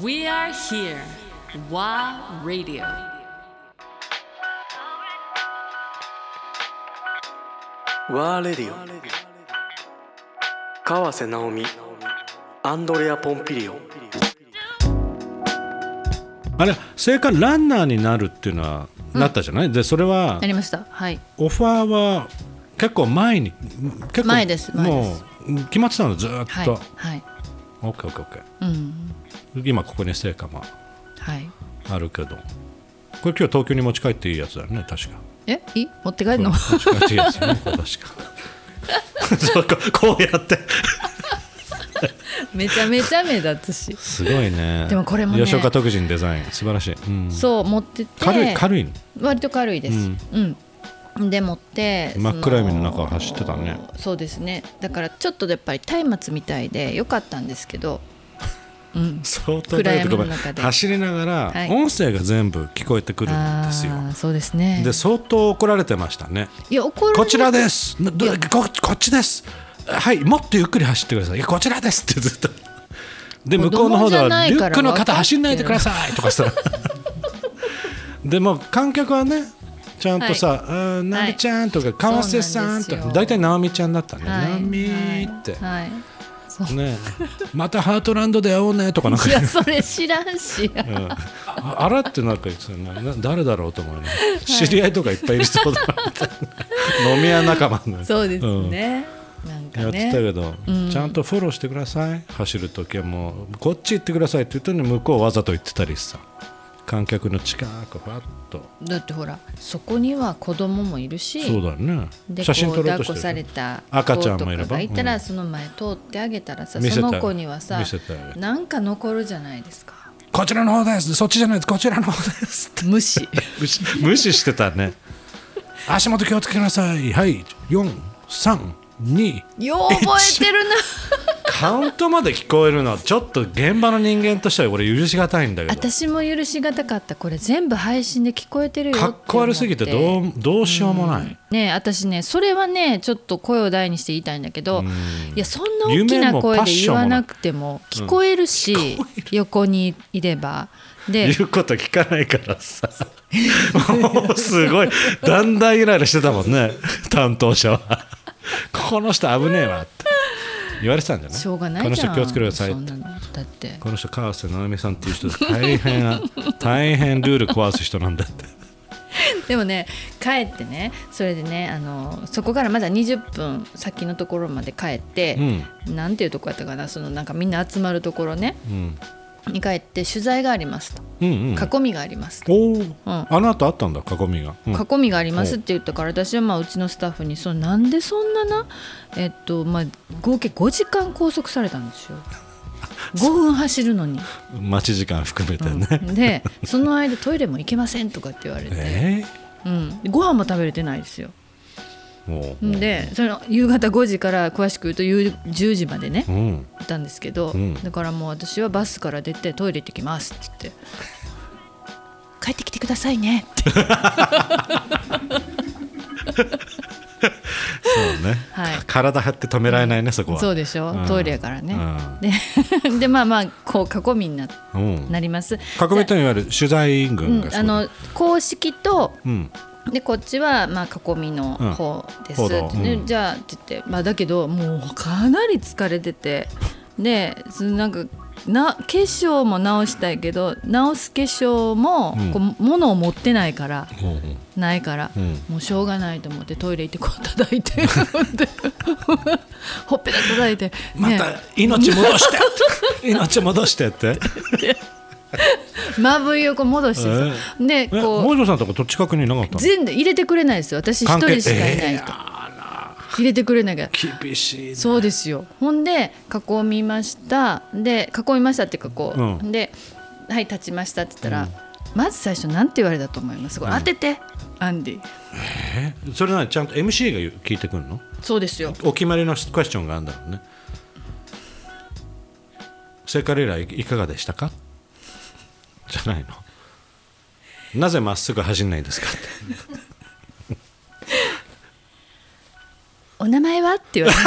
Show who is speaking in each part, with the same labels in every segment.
Speaker 1: We are here. WA Radio.
Speaker 2: ワーレディオ川瀬直美アンドレア・ポンピリオ
Speaker 3: あれ聖火ランナーになるっていうのは、なったじゃないでそれは
Speaker 4: なりましたはい
Speaker 3: オファーは結構前に結構
Speaker 4: 前です前で
Speaker 3: も
Speaker 4: す
Speaker 3: う決まってたのずーっ
Speaker 4: はい
Speaker 3: と、
Speaker 4: はい
Speaker 3: オッケーオッケーオッケ
Speaker 4: うん
Speaker 3: ー今ここに聖火も
Speaker 4: はい
Speaker 3: あるけどこれ今日東京に持ち帰っていいやつだよね確か
Speaker 4: えいい持って帰るの
Speaker 3: 持ち帰っていいやつだねこれ 確かそうかこうやって
Speaker 4: めちゃめちゃ目立つし
Speaker 3: すごいね
Speaker 4: でもこれもね
Speaker 3: 吉岡徳人デザイン素晴らしい、うん
Speaker 4: そう持ってて
Speaker 3: 軽い軽いの
Speaker 4: 割と軽いですうん、で持って
Speaker 3: 真っ暗闇の中を
Speaker 4: そ
Speaker 3: 走ってたね
Speaker 4: そうですねだからちょっとやっぱり松明みたいで良かったんですけど
Speaker 3: 相当だよ
Speaker 4: 暗闇の中で
Speaker 3: 走りなが
Speaker 4: は
Speaker 3: ら
Speaker 4: い
Speaker 3: 音声が全部聞こえてくるんですよ、
Speaker 4: あーそうですね
Speaker 3: で相当怒られてましたね
Speaker 4: いや怒られ
Speaker 3: こちらですなどここっちですはいもっとゆっくり走ってくださいいやこちらですってずっとで向こうの方では
Speaker 4: 子供じゃない
Speaker 3: リュ
Speaker 4: か
Speaker 3: ッ
Speaker 4: ら
Speaker 3: クの
Speaker 4: 分かって
Speaker 3: 方
Speaker 4: る
Speaker 3: 走んないでくだ さいとかさでも観客はねちゃんとさ「あーなみちゃん」とか「川瀬さん」
Speaker 4: そ
Speaker 3: と
Speaker 4: うなん
Speaker 3: か
Speaker 4: ですよ
Speaker 3: 大体なおみちゃんだったね「
Speaker 4: はい
Speaker 3: なみ」って
Speaker 4: はい、はい
Speaker 3: ねまたハートランドで会おうねとかなんか
Speaker 4: いやそれ知らん し
Speaker 3: うんああらってなんか言ってたよねな誰だろうと思うよね知り合いとかいっぱいいるそうだ なみたいな飲み屋仲間の
Speaker 4: そうですね、なん
Speaker 3: うんや
Speaker 4: か
Speaker 3: ってたけ
Speaker 4: ね
Speaker 3: ど、ちゃんとフォローしてください走る時はもうこっち行ってくださいって言ったのに向こうわざと行ってたりさ観客の近くファッと
Speaker 4: だってほらそこには子供もいるし
Speaker 3: そうだよね
Speaker 4: で
Speaker 3: 写真
Speaker 4: こう
Speaker 3: 撮ろう
Speaker 4: 抱
Speaker 3: と
Speaker 4: っこ
Speaker 3: し
Speaker 4: さ
Speaker 3: て
Speaker 4: れ
Speaker 3: る
Speaker 4: た
Speaker 3: 赤ちゃんもいれば
Speaker 4: 子とかがいた
Speaker 3: うん
Speaker 4: らその前通ってあげたらさ、
Speaker 3: 見せ
Speaker 4: そ
Speaker 3: たい
Speaker 4: の子にはさ
Speaker 3: 見せたい
Speaker 4: なんか残るじゃないですか
Speaker 3: こちらの方ですそっちじゃないですこちらの方ですって
Speaker 4: 無視
Speaker 3: 無視無視してた ね足元気をつけなさいはい432
Speaker 4: よう覚え てるな
Speaker 3: カウントまで聞こえるのはちょっと現場の人間としては俺許しがたいんだけど
Speaker 4: 私も許しがたかったこれ全部配信で聞こえてるよって
Speaker 3: かっこ悪すぎてど
Speaker 4: う
Speaker 3: うどうしようもない、
Speaker 4: ねえ私ねそれはねちょっと声を大にして言いたいんだけど、いやそんな大き
Speaker 3: 夢
Speaker 4: な
Speaker 3: も
Speaker 4: 声
Speaker 3: パッ
Speaker 4: で
Speaker 3: シ
Speaker 4: 言
Speaker 3: ョンも
Speaker 4: わ
Speaker 3: ない
Speaker 4: なくても聞こえるし、横にいればで
Speaker 3: 言うこと聞かないからさもうすごいだんだんイライラしてたもんね担当者はこの人危ねえわって言われてたんじゃない
Speaker 4: しょうがないじゃん
Speaker 3: この人気をつけてくださいっ
Speaker 4: そん
Speaker 3: て
Speaker 4: なのだって
Speaker 3: この人川瀬直美さんっていう人で大変大変ルール壊す人なんだって
Speaker 4: でもね帰ってねそれでねあのそこからまだ20分先のところまで帰って、なんていうとこやったかなそのなんかみんな集まるところね
Speaker 3: うん
Speaker 4: に帰って取材がありますと、
Speaker 3: うんうん
Speaker 4: 囲みがありますと。
Speaker 3: おお、あの後あったんだ囲みが、うん
Speaker 4: 囲みがありますって言ったから私はまあうちのスタッフにそのなんでそんなな、えっとまあ、合計5時間拘束された んですよ5分走るのに、
Speaker 3: 待ち時間含めてね、
Speaker 4: でその間トイレも行けませんとかって言われて、
Speaker 3: え
Speaker 4: うん、ご飯も食べれてないですよ
Speaker 3: えもう、
Speaker 4: でその夕方5時から詳しく言うと夕10時までね
Speaker 3: うん、
Speaker 4: いたんですけど、
Speaker 3: ん
Speaker 4: だからもう私はバスから出てトイレ行ってきますって言って 「帰ってきてくださいね」って、
Speaker 3: そうね、
Speaker 4: はい
Speaker 3: 体張って止められないねそこは
Speaker 4: そうでしょ、
Speaker 3: うん
Speaker 4: トイレやからね、
Speaker 3: うん
Speaker 4: で でまあまあこう囲みにな
Speaker 3: うん
Speaker 4: なります
Speaker 3: 囲みといわゆる取材
Speaker 4: う
Speaker 3: 軍が
Speaker 4: ん、あの公式と
Speaker 3: うん
Speaker 4: でこっちはまあ囲みの方です、
Speaker 3: うん報道
Speaker 4: で
Speaker 3: うん
Speaker 4: じゃあって言って、まあ、だけどもうかなり疲れててでそのなんかな化粧も直したいけど直す化粧も
Speaker 3: うん
Speaker 4: こう物を持ってないから、
Speaker 3: うんうん
Speaker 4: ないから、
Speaker 3: うん
Speaker 4: もうしょうがないと思ってトイレ行ってこう叩 いてでほっぺた叩いて、ね
Speaker 3: また命戻して 命戻してって
Speaker 4: まぶいをこう戻してさ、で
Speaker 3: え
Speaker 4: こう
Speaker 3: もじょさんとかと近くにいなかったの
Speaker 4: 全部入れてくれないですよ私一
Speaker 3: 関係
Speaker 4: 人しかいない
Speaker 3: ええ
Speaker 4: と、入れてくれないから
Speaker 3: 厳しいね
Speaker 4: そうですよほんで囲みましたで囲みましたっていうかこう、
Speaker 3: うん
Speaker 4: で「はい立ちました」って言ったら、まず最初なんて言われたと思いますこれ当てて、アンディ
Speaker 3: えそれなにちゃんと MC が言う聞いてくるの
Speaker 4: そうですよ
Speaker 3: お決まりのクエスチョンがあるんだろうね聖火リレーいかがでしたかじゃないのなぜまっすぐ走んないんですかって
Speaker 4: 「お名前は?」って言われて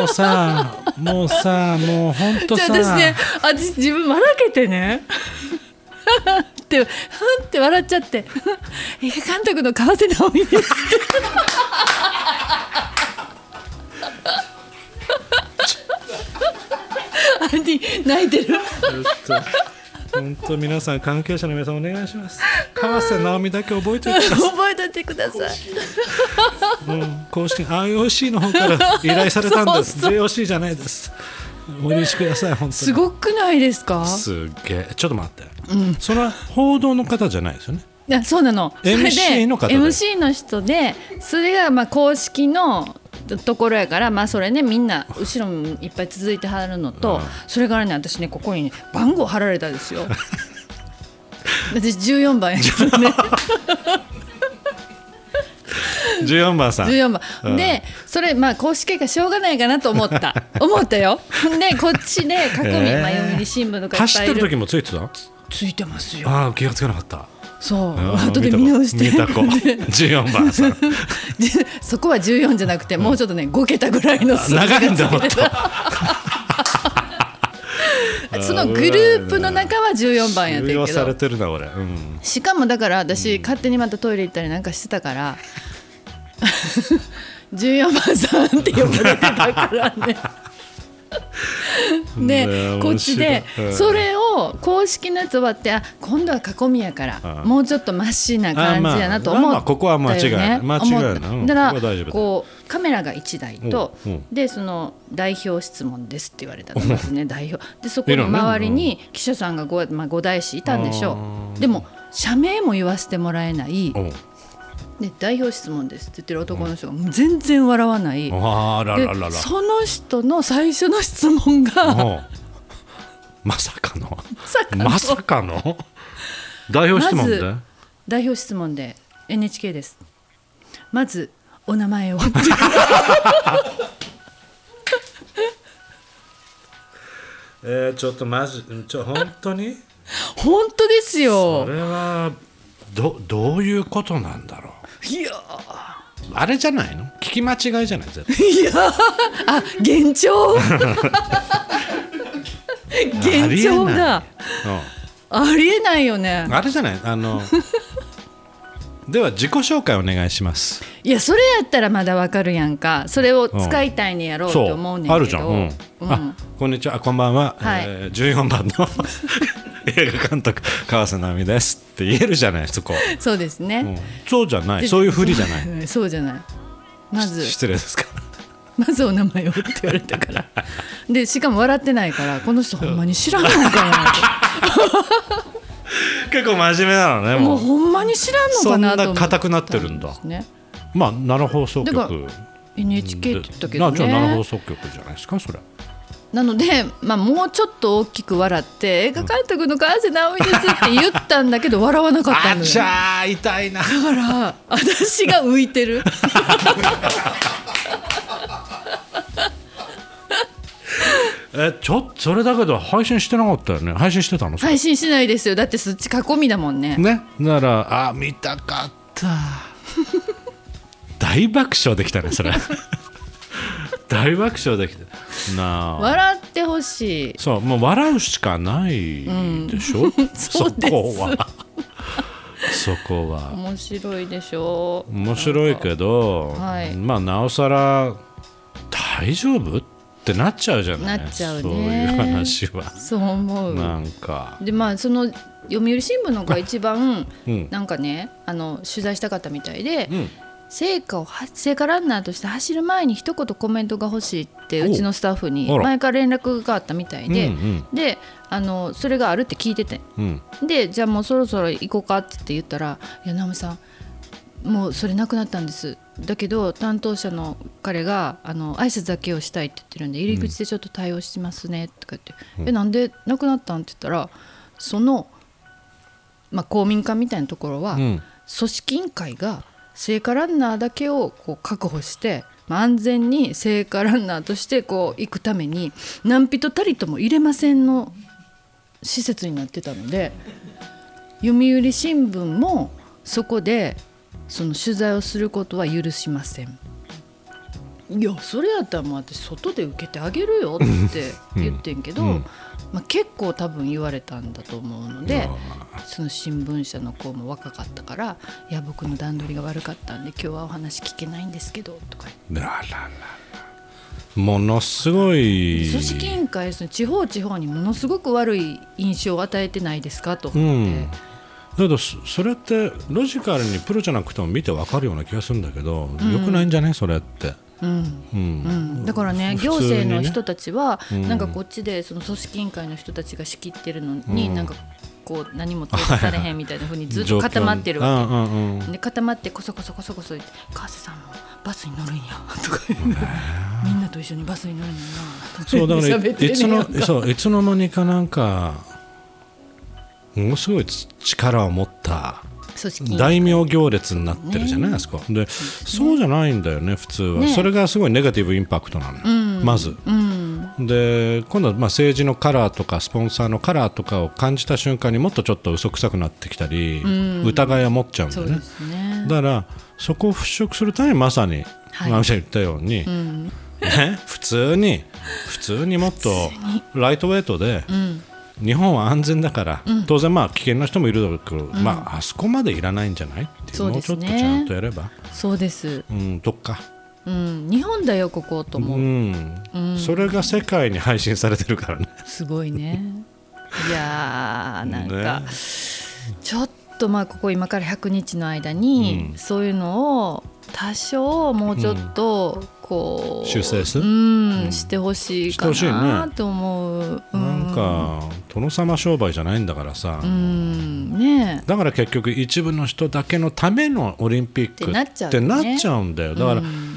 Speaker 3: うさもうさもうほんと
Speaker 4: じゃ
Speaker 3: さ
Speaker 4: あ私ね私自分笑けてねってふんって笑っちゃって「映画監督の川瀬直美です」 アンディ泣いてる
Speaker 3: 本当皆さん関係者の皆さんお願いします川瀬直美だけ覚え ておいてくださ
Speaker 4: 覚えといてください
Speaker 3: い、うん、公式 IOC の方から依頼されたんです
Speaker 4: そう
Speaker 3: JOC じゃないですお許しください本当に
Speaker 4: すごくないですか
Speaker 3: すっげえちょっと待って、それは報道の方じゃないですよね
Speaker 4: いやそうなの
Speaker 3: MC の方で
Speaker 4: MC の人でそれがまあ公式のところやからまあそれねみんな後ろもいっぱい続いてはるのと、それからね私ねここにね番号貼られたんで すよ私14番やからね
Speaker 3: 14番さん
Speaker 4: 14
Speaker 3: うん
Speaker 4: 番でそれまあ公式がしょうがないかなと思った 思ったよでこっちで各民、
Speaker 3: えー
Speaker 4: まあ、読売新聞とかいっ
Speaker 3: 走
Speaker 4: ぱ
Speaker 3: っ
Speaker 4: い
Speaker 3: て
Speaker 4: い
Speaker 3: る
Speaker 4: る
Speaker 3: 時もついてた
Speaker 4: ついてますよ
Speaker 3: ああ気がつかなかった
Speaker 4: そう
Speaker 3: あー
Speaker 4: 後で見直して
Speaker 3: 見た 子14番さん
Speaker 4: じ そこは14じゃなくてもうちょっとね5桁ぐらいの数字が
Speaker 3: 長いんだもっと
Speaker 4: そのグループの中は14番やって
Speaker 3: 収
Speaker 4: る
Speaker 3: 容
Speaker 4: け
Speaker 3: され
Speaker 4: ど
Speaker 3: てるな俺、うん、
Speaker 4: しかもだから私勝手にまたトイレ行ったりなんかしてたから 14番さんって呼ばれてたから ね。
Speaker 3: ね
Speaker 4: でこっちで
Speaker 3: 面白いうん
Speaker 4: それを公式のやつ終わってあ今度は囲みやから
Speaker 3: うん
Speaker 4: もうちょっとマシな感じやなと思
Speaker 3: あまあまあま
Speaker 4: っ
Speaker 3: あここは間
Speaker 4: た
Speaker 3: 違い
Speaker 4: よ
Speaker 3: ない
Speaker 4: ね。
Speaker 3: 間違いない
Speaker 4: 思
Speaker 3: う
Speaker 4: っ
Speaker 3: んここは大丈夫
Speaker 4: ただ
Speaker 3: だ
Speaker 4: からこうカメラが1台と
Speaker 3: おうおう
Speaker 4: でその代表質問ですって言われたんですね代表でそこの
Speaker 3: いるのね
Speaker 4: 周りに記者さんが 5,、まあ、5台師いたんでしょうでも社名も言わせてもらえない
Speaker 3: おう
Speaker 4: で代表質問ですって言ってる男の人がもう全然笑わない。
Speaker 3: あら
Speaker 4: で
Speaker 3: ららら
Speaker 4: その人の最初の質問が
Speaker 3: おうまさかの
Speaker 4: さかの
Speaker 3: まさかの代表質問で、
Speaker 4: まず代表質問で NHK ですまずお名前 を
Speaker 3: えー、ちょっとマジちょ本当に
Speaker 4: 本当です
Speaker 3: こ
Speaker 4: よ
Speaker 3: れはどどういうことなんだろ
Speaker 4: いや
Speaker 3: うあれじゃないの聞き間違いじゃない絶 対
Speaker 4: いやあ 幻聴幻聴だありえないよね
Speaker 3: うん、あれじゃないあ のでは自己紹介お願いします
Speaker 4: いやそれやったらまだわかるやんかそれを使いたいねやろうと思うねんけど
Speaker 3: あるじゃん、うん
Speaker 4: うん
Speaker 3: あこんにちはあこんばんは、
Speaker 4: はい
Speaker 3: えー、14番 の映画監督川瀬直美ですって言えるじゃないそこ、
Speaker 4: そうですね、
Speaker 3: うん、そうじゃないそういうふりじゃない
Speaker 4: い そうじゃないまず
Speaker 3: 失礼ですか
Speaker 4: まずお名前をって言われ たからでしかも笑ってないからこの人ほんまに知らんのか
Speaker 3: 結構真面目なのね
Speaker 4: な
Speaker 3: も
Speaker 4: もう
Speaker 3: う
Speaker 4: ほんまに知らんの
Speaker 3: そ
Speaker 4: か
Speaker 3: ん
Speaker 4: な
Speaker 3: な
Speaker 4: と思って
Speaker 3: 硬くなってるんだ
Speaker 4: ね
Speaker 3: まあ奈良放送局
Speaker 4: だから NHK って言ったけど
Speaker 3: なじゃあ奈良
Speaker 4: ね
Speaker 3: 放送局じゃないですかそれ
Speaker 4: なので、まあ、もうちょっと大きく笑って映画監督の川瀬直美ですって言ったんだけど笑わなかったのよだか
Speaker 3: ゃー痛 いな
Speaker 4: ら私が浮いてる
Speaker 3: えちょそれだけど配信してなかったよね配信してたの、それ
Speaker 4: 配信しないですよだってそっち囲みだもんね
Speaker 3: ねならあ見たかった 大爆笑できたねそれ 大爆笑できたなあ
Speaker 4: 笑ってほしい
Speaker 3: そうもう笑うしかないでしょ、
Speaker 4: そうです
Speaker 3: こは そこは
Speaker 4: 面白いでしょう
Speaker 3: 面白いけど、
Speaker 4: はい
Speaker 3: まあなおさら大丈夫ってなっちゃうじゃない
Speaker 4: なっちゃうね
Speaker 3: そういう話は
Speaker 4: そう思う、
Speaker 3: なんか
Speaker 4: でまあその読売新聞のが一番、
Speaker 3: うん
Speaker 4: なんかねあの取材したかったみたいで、
Speaker 3: ん
Speaker 4: 聖火をは聖火ランナーとして走る前に一言コメントが欲しいって
Speaker 3: お
Speaker 4: うちのスタッフに
Speaker 3: あら
Speaker 4: 前から連絡があったみたいで、
Speaker 3: うん
Speaker 4: であのそれがあるって聞いてて
Speaker 3: うん
Speaker 4: でじゃあもうそろそろ行こうかっつって言ったら「いや直美さんもうそれなくなったんです」だけど担当者の彼があの挨拶だけをしたいって言ってるんで入り口でちょっと対応しますねとか言って「えなんでなくなったん?」って言ったらその、まあ、公民館みたいなところは、
Speaker 3: うん
Speaker 4: 組織委員会が聖火ランナーだけをこう確保して、まあ、安全に聖火ランナーとしてこう行くために何人たりとも入れませんの施設になってたので読売新聞もそこでその取材をすることは許しませんいやそれやったらもう私外で受けてあげるよって言ってんけど、まあ、結構多分言われたんだと思うのでその新聞社の子も若かったから「いや僕の段取りが悪かったんで今日はお話聞けないんですけど」とか言って
Speaker 3: らららものすごい
Speaker 4: 組織委員会その地方地方にものすごく悪い印象を与えてないですかと思って、
Speaker 3: うんだけどそそれってロジカルにプロじゃなくても見てわかるような気がするんだけど、よくないんじゃねそれって、うん
Speaker 4: うんだからね
Speaker 3: ふ
Speaker 4: 行
Speaker 3: 普通
Speaker 4: 政
Speaker 3: にね
Speaker 4: の人たちは、なんかこっちでその組織委員会の人たちが仕切ってるのに、なんかこう何も手出されへんみたいなふうにずっと固まってる
Speaker 3: わ
Speaker 4: わ
Speaker 3: け、うんうんうん
Speaker 4: けで固まってこそこそこそこそ言って「川瀬さんもバスに乗るんや」とか言ってみんなと一緒にバスに乗るんやなと
Speaker 3: そうだ から
Speaker 4: 喋って
Speaker 3: い
Speaker 4: る
Speaker 3: つ
Speaker 4: や
Speaker 3: の
Speaker 4: んか
Speaker 3: そういつの間にかなんかものすごいつ力を持った
Speaker 4: 組織委員会
Speaker 3: 大名行列になってるじゃない、あそこでそうじゃないんだよね普通は、
Speaker 4: ね
Speaker 3: それがすごいネガティブインパクトなのよ、まず、で今度はまあ政治のカラーとかスポンサーのカラーとかを感じた瞬間にもっとちょっと嘘くさくなってきたり、疑いを持っちゃうんだ
Speaker 4: そ
Speaker 3: よ
Speaker 4: う
Speaker 3: ね
Speaker 4: ですね
Speaker 3: だからそこを払拭するためにまさに
Speaker 4: はい
Speaker 3: まみちゃん言ったように、ね、普通に普通にもっとライトウェイトで、日本は安全だから、当然まあ危険な人もいるだろうけど、まあ、あそこまでいらないんじゃないっていう
Speaker 4: そう
Speaker 3: も
Speaker 4: で
Speaker 3: うち
Speaker 4: す
Speaker 3: ょっと
Speaker 4: ね
Speaker 3: ちゃんとやれば、
Speaker 4: そうです、
Speaker 3: うん、どっか、
Speaker 4: うん、日本だよここと思う、
Speaker 3: うんそれが世界に配信されてるからね。
Speaker 4: すごいね。いやーなんか、
Speaker 3: ね
Speaker 4: ちょっとまあここ今から100日の間に、
Speaker 3: うん
Speaker 4: そういうのを多少もうちょっとこう、
Speaker 3: 修正する
Speaker 4: うん
Speaker 3: うん
Speaker 4: してほしいか
Speaker 3: してほしい
Speaker 4: な
Speaker 3: ね
Speaker 4: と思う。う
Speaker 3: なんか殿様商売じゃないんだからさ、
Speaker 4: うんね
Speaker 3: だから結局一部の人だけのためのオリンピック
Speaker 4: ってなっちゃう
Speaker 3: っ
Speaker 4: よ
Speaker 3: て
Speaker 4: ね
Speaker 3: なっちゃうんだよだから、
Speaker 4: うん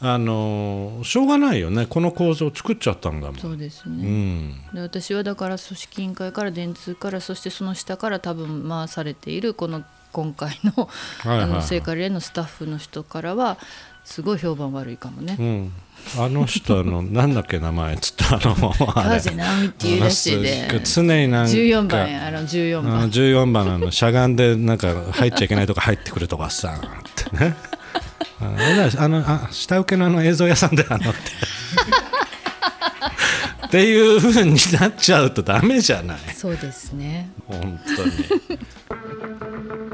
Speaker 3: あのーしょうがないよねこの構造を作っちゃったんだもん
Speaker 4: そうです
Speaker 3: う
Speaker 4: ね。
Speaker 3: ん
Speaker 4: で私はだから組織委員会から電通からそしてその下から多分回されているこの今回の
Speaker 3: いはい
Speaker 4: あの聖火リレーのスタッフの人からはすごい評判悪いかもね
Speaker 3: う。ん、あの人のなんだっけ名前つったあのあ
Speaker 4: 川
Speaker 3: れ
Speaker 4: 瀬直美っていうらしいで
Speaker 3: あのす常になんか
Speaker 4: 14番やあの14
Speaker 3: あの
Speaker 4: 番
Speaker 3: 14番のあのしゃがんでなんか入っちゃいけないとか入ってくるとかさってねああれだあのあ下請けのあの映像屋さんであのってっていうふうになっちゃうとダメじゃない
Speaker 4: そうですね
Speaker 3: 本当に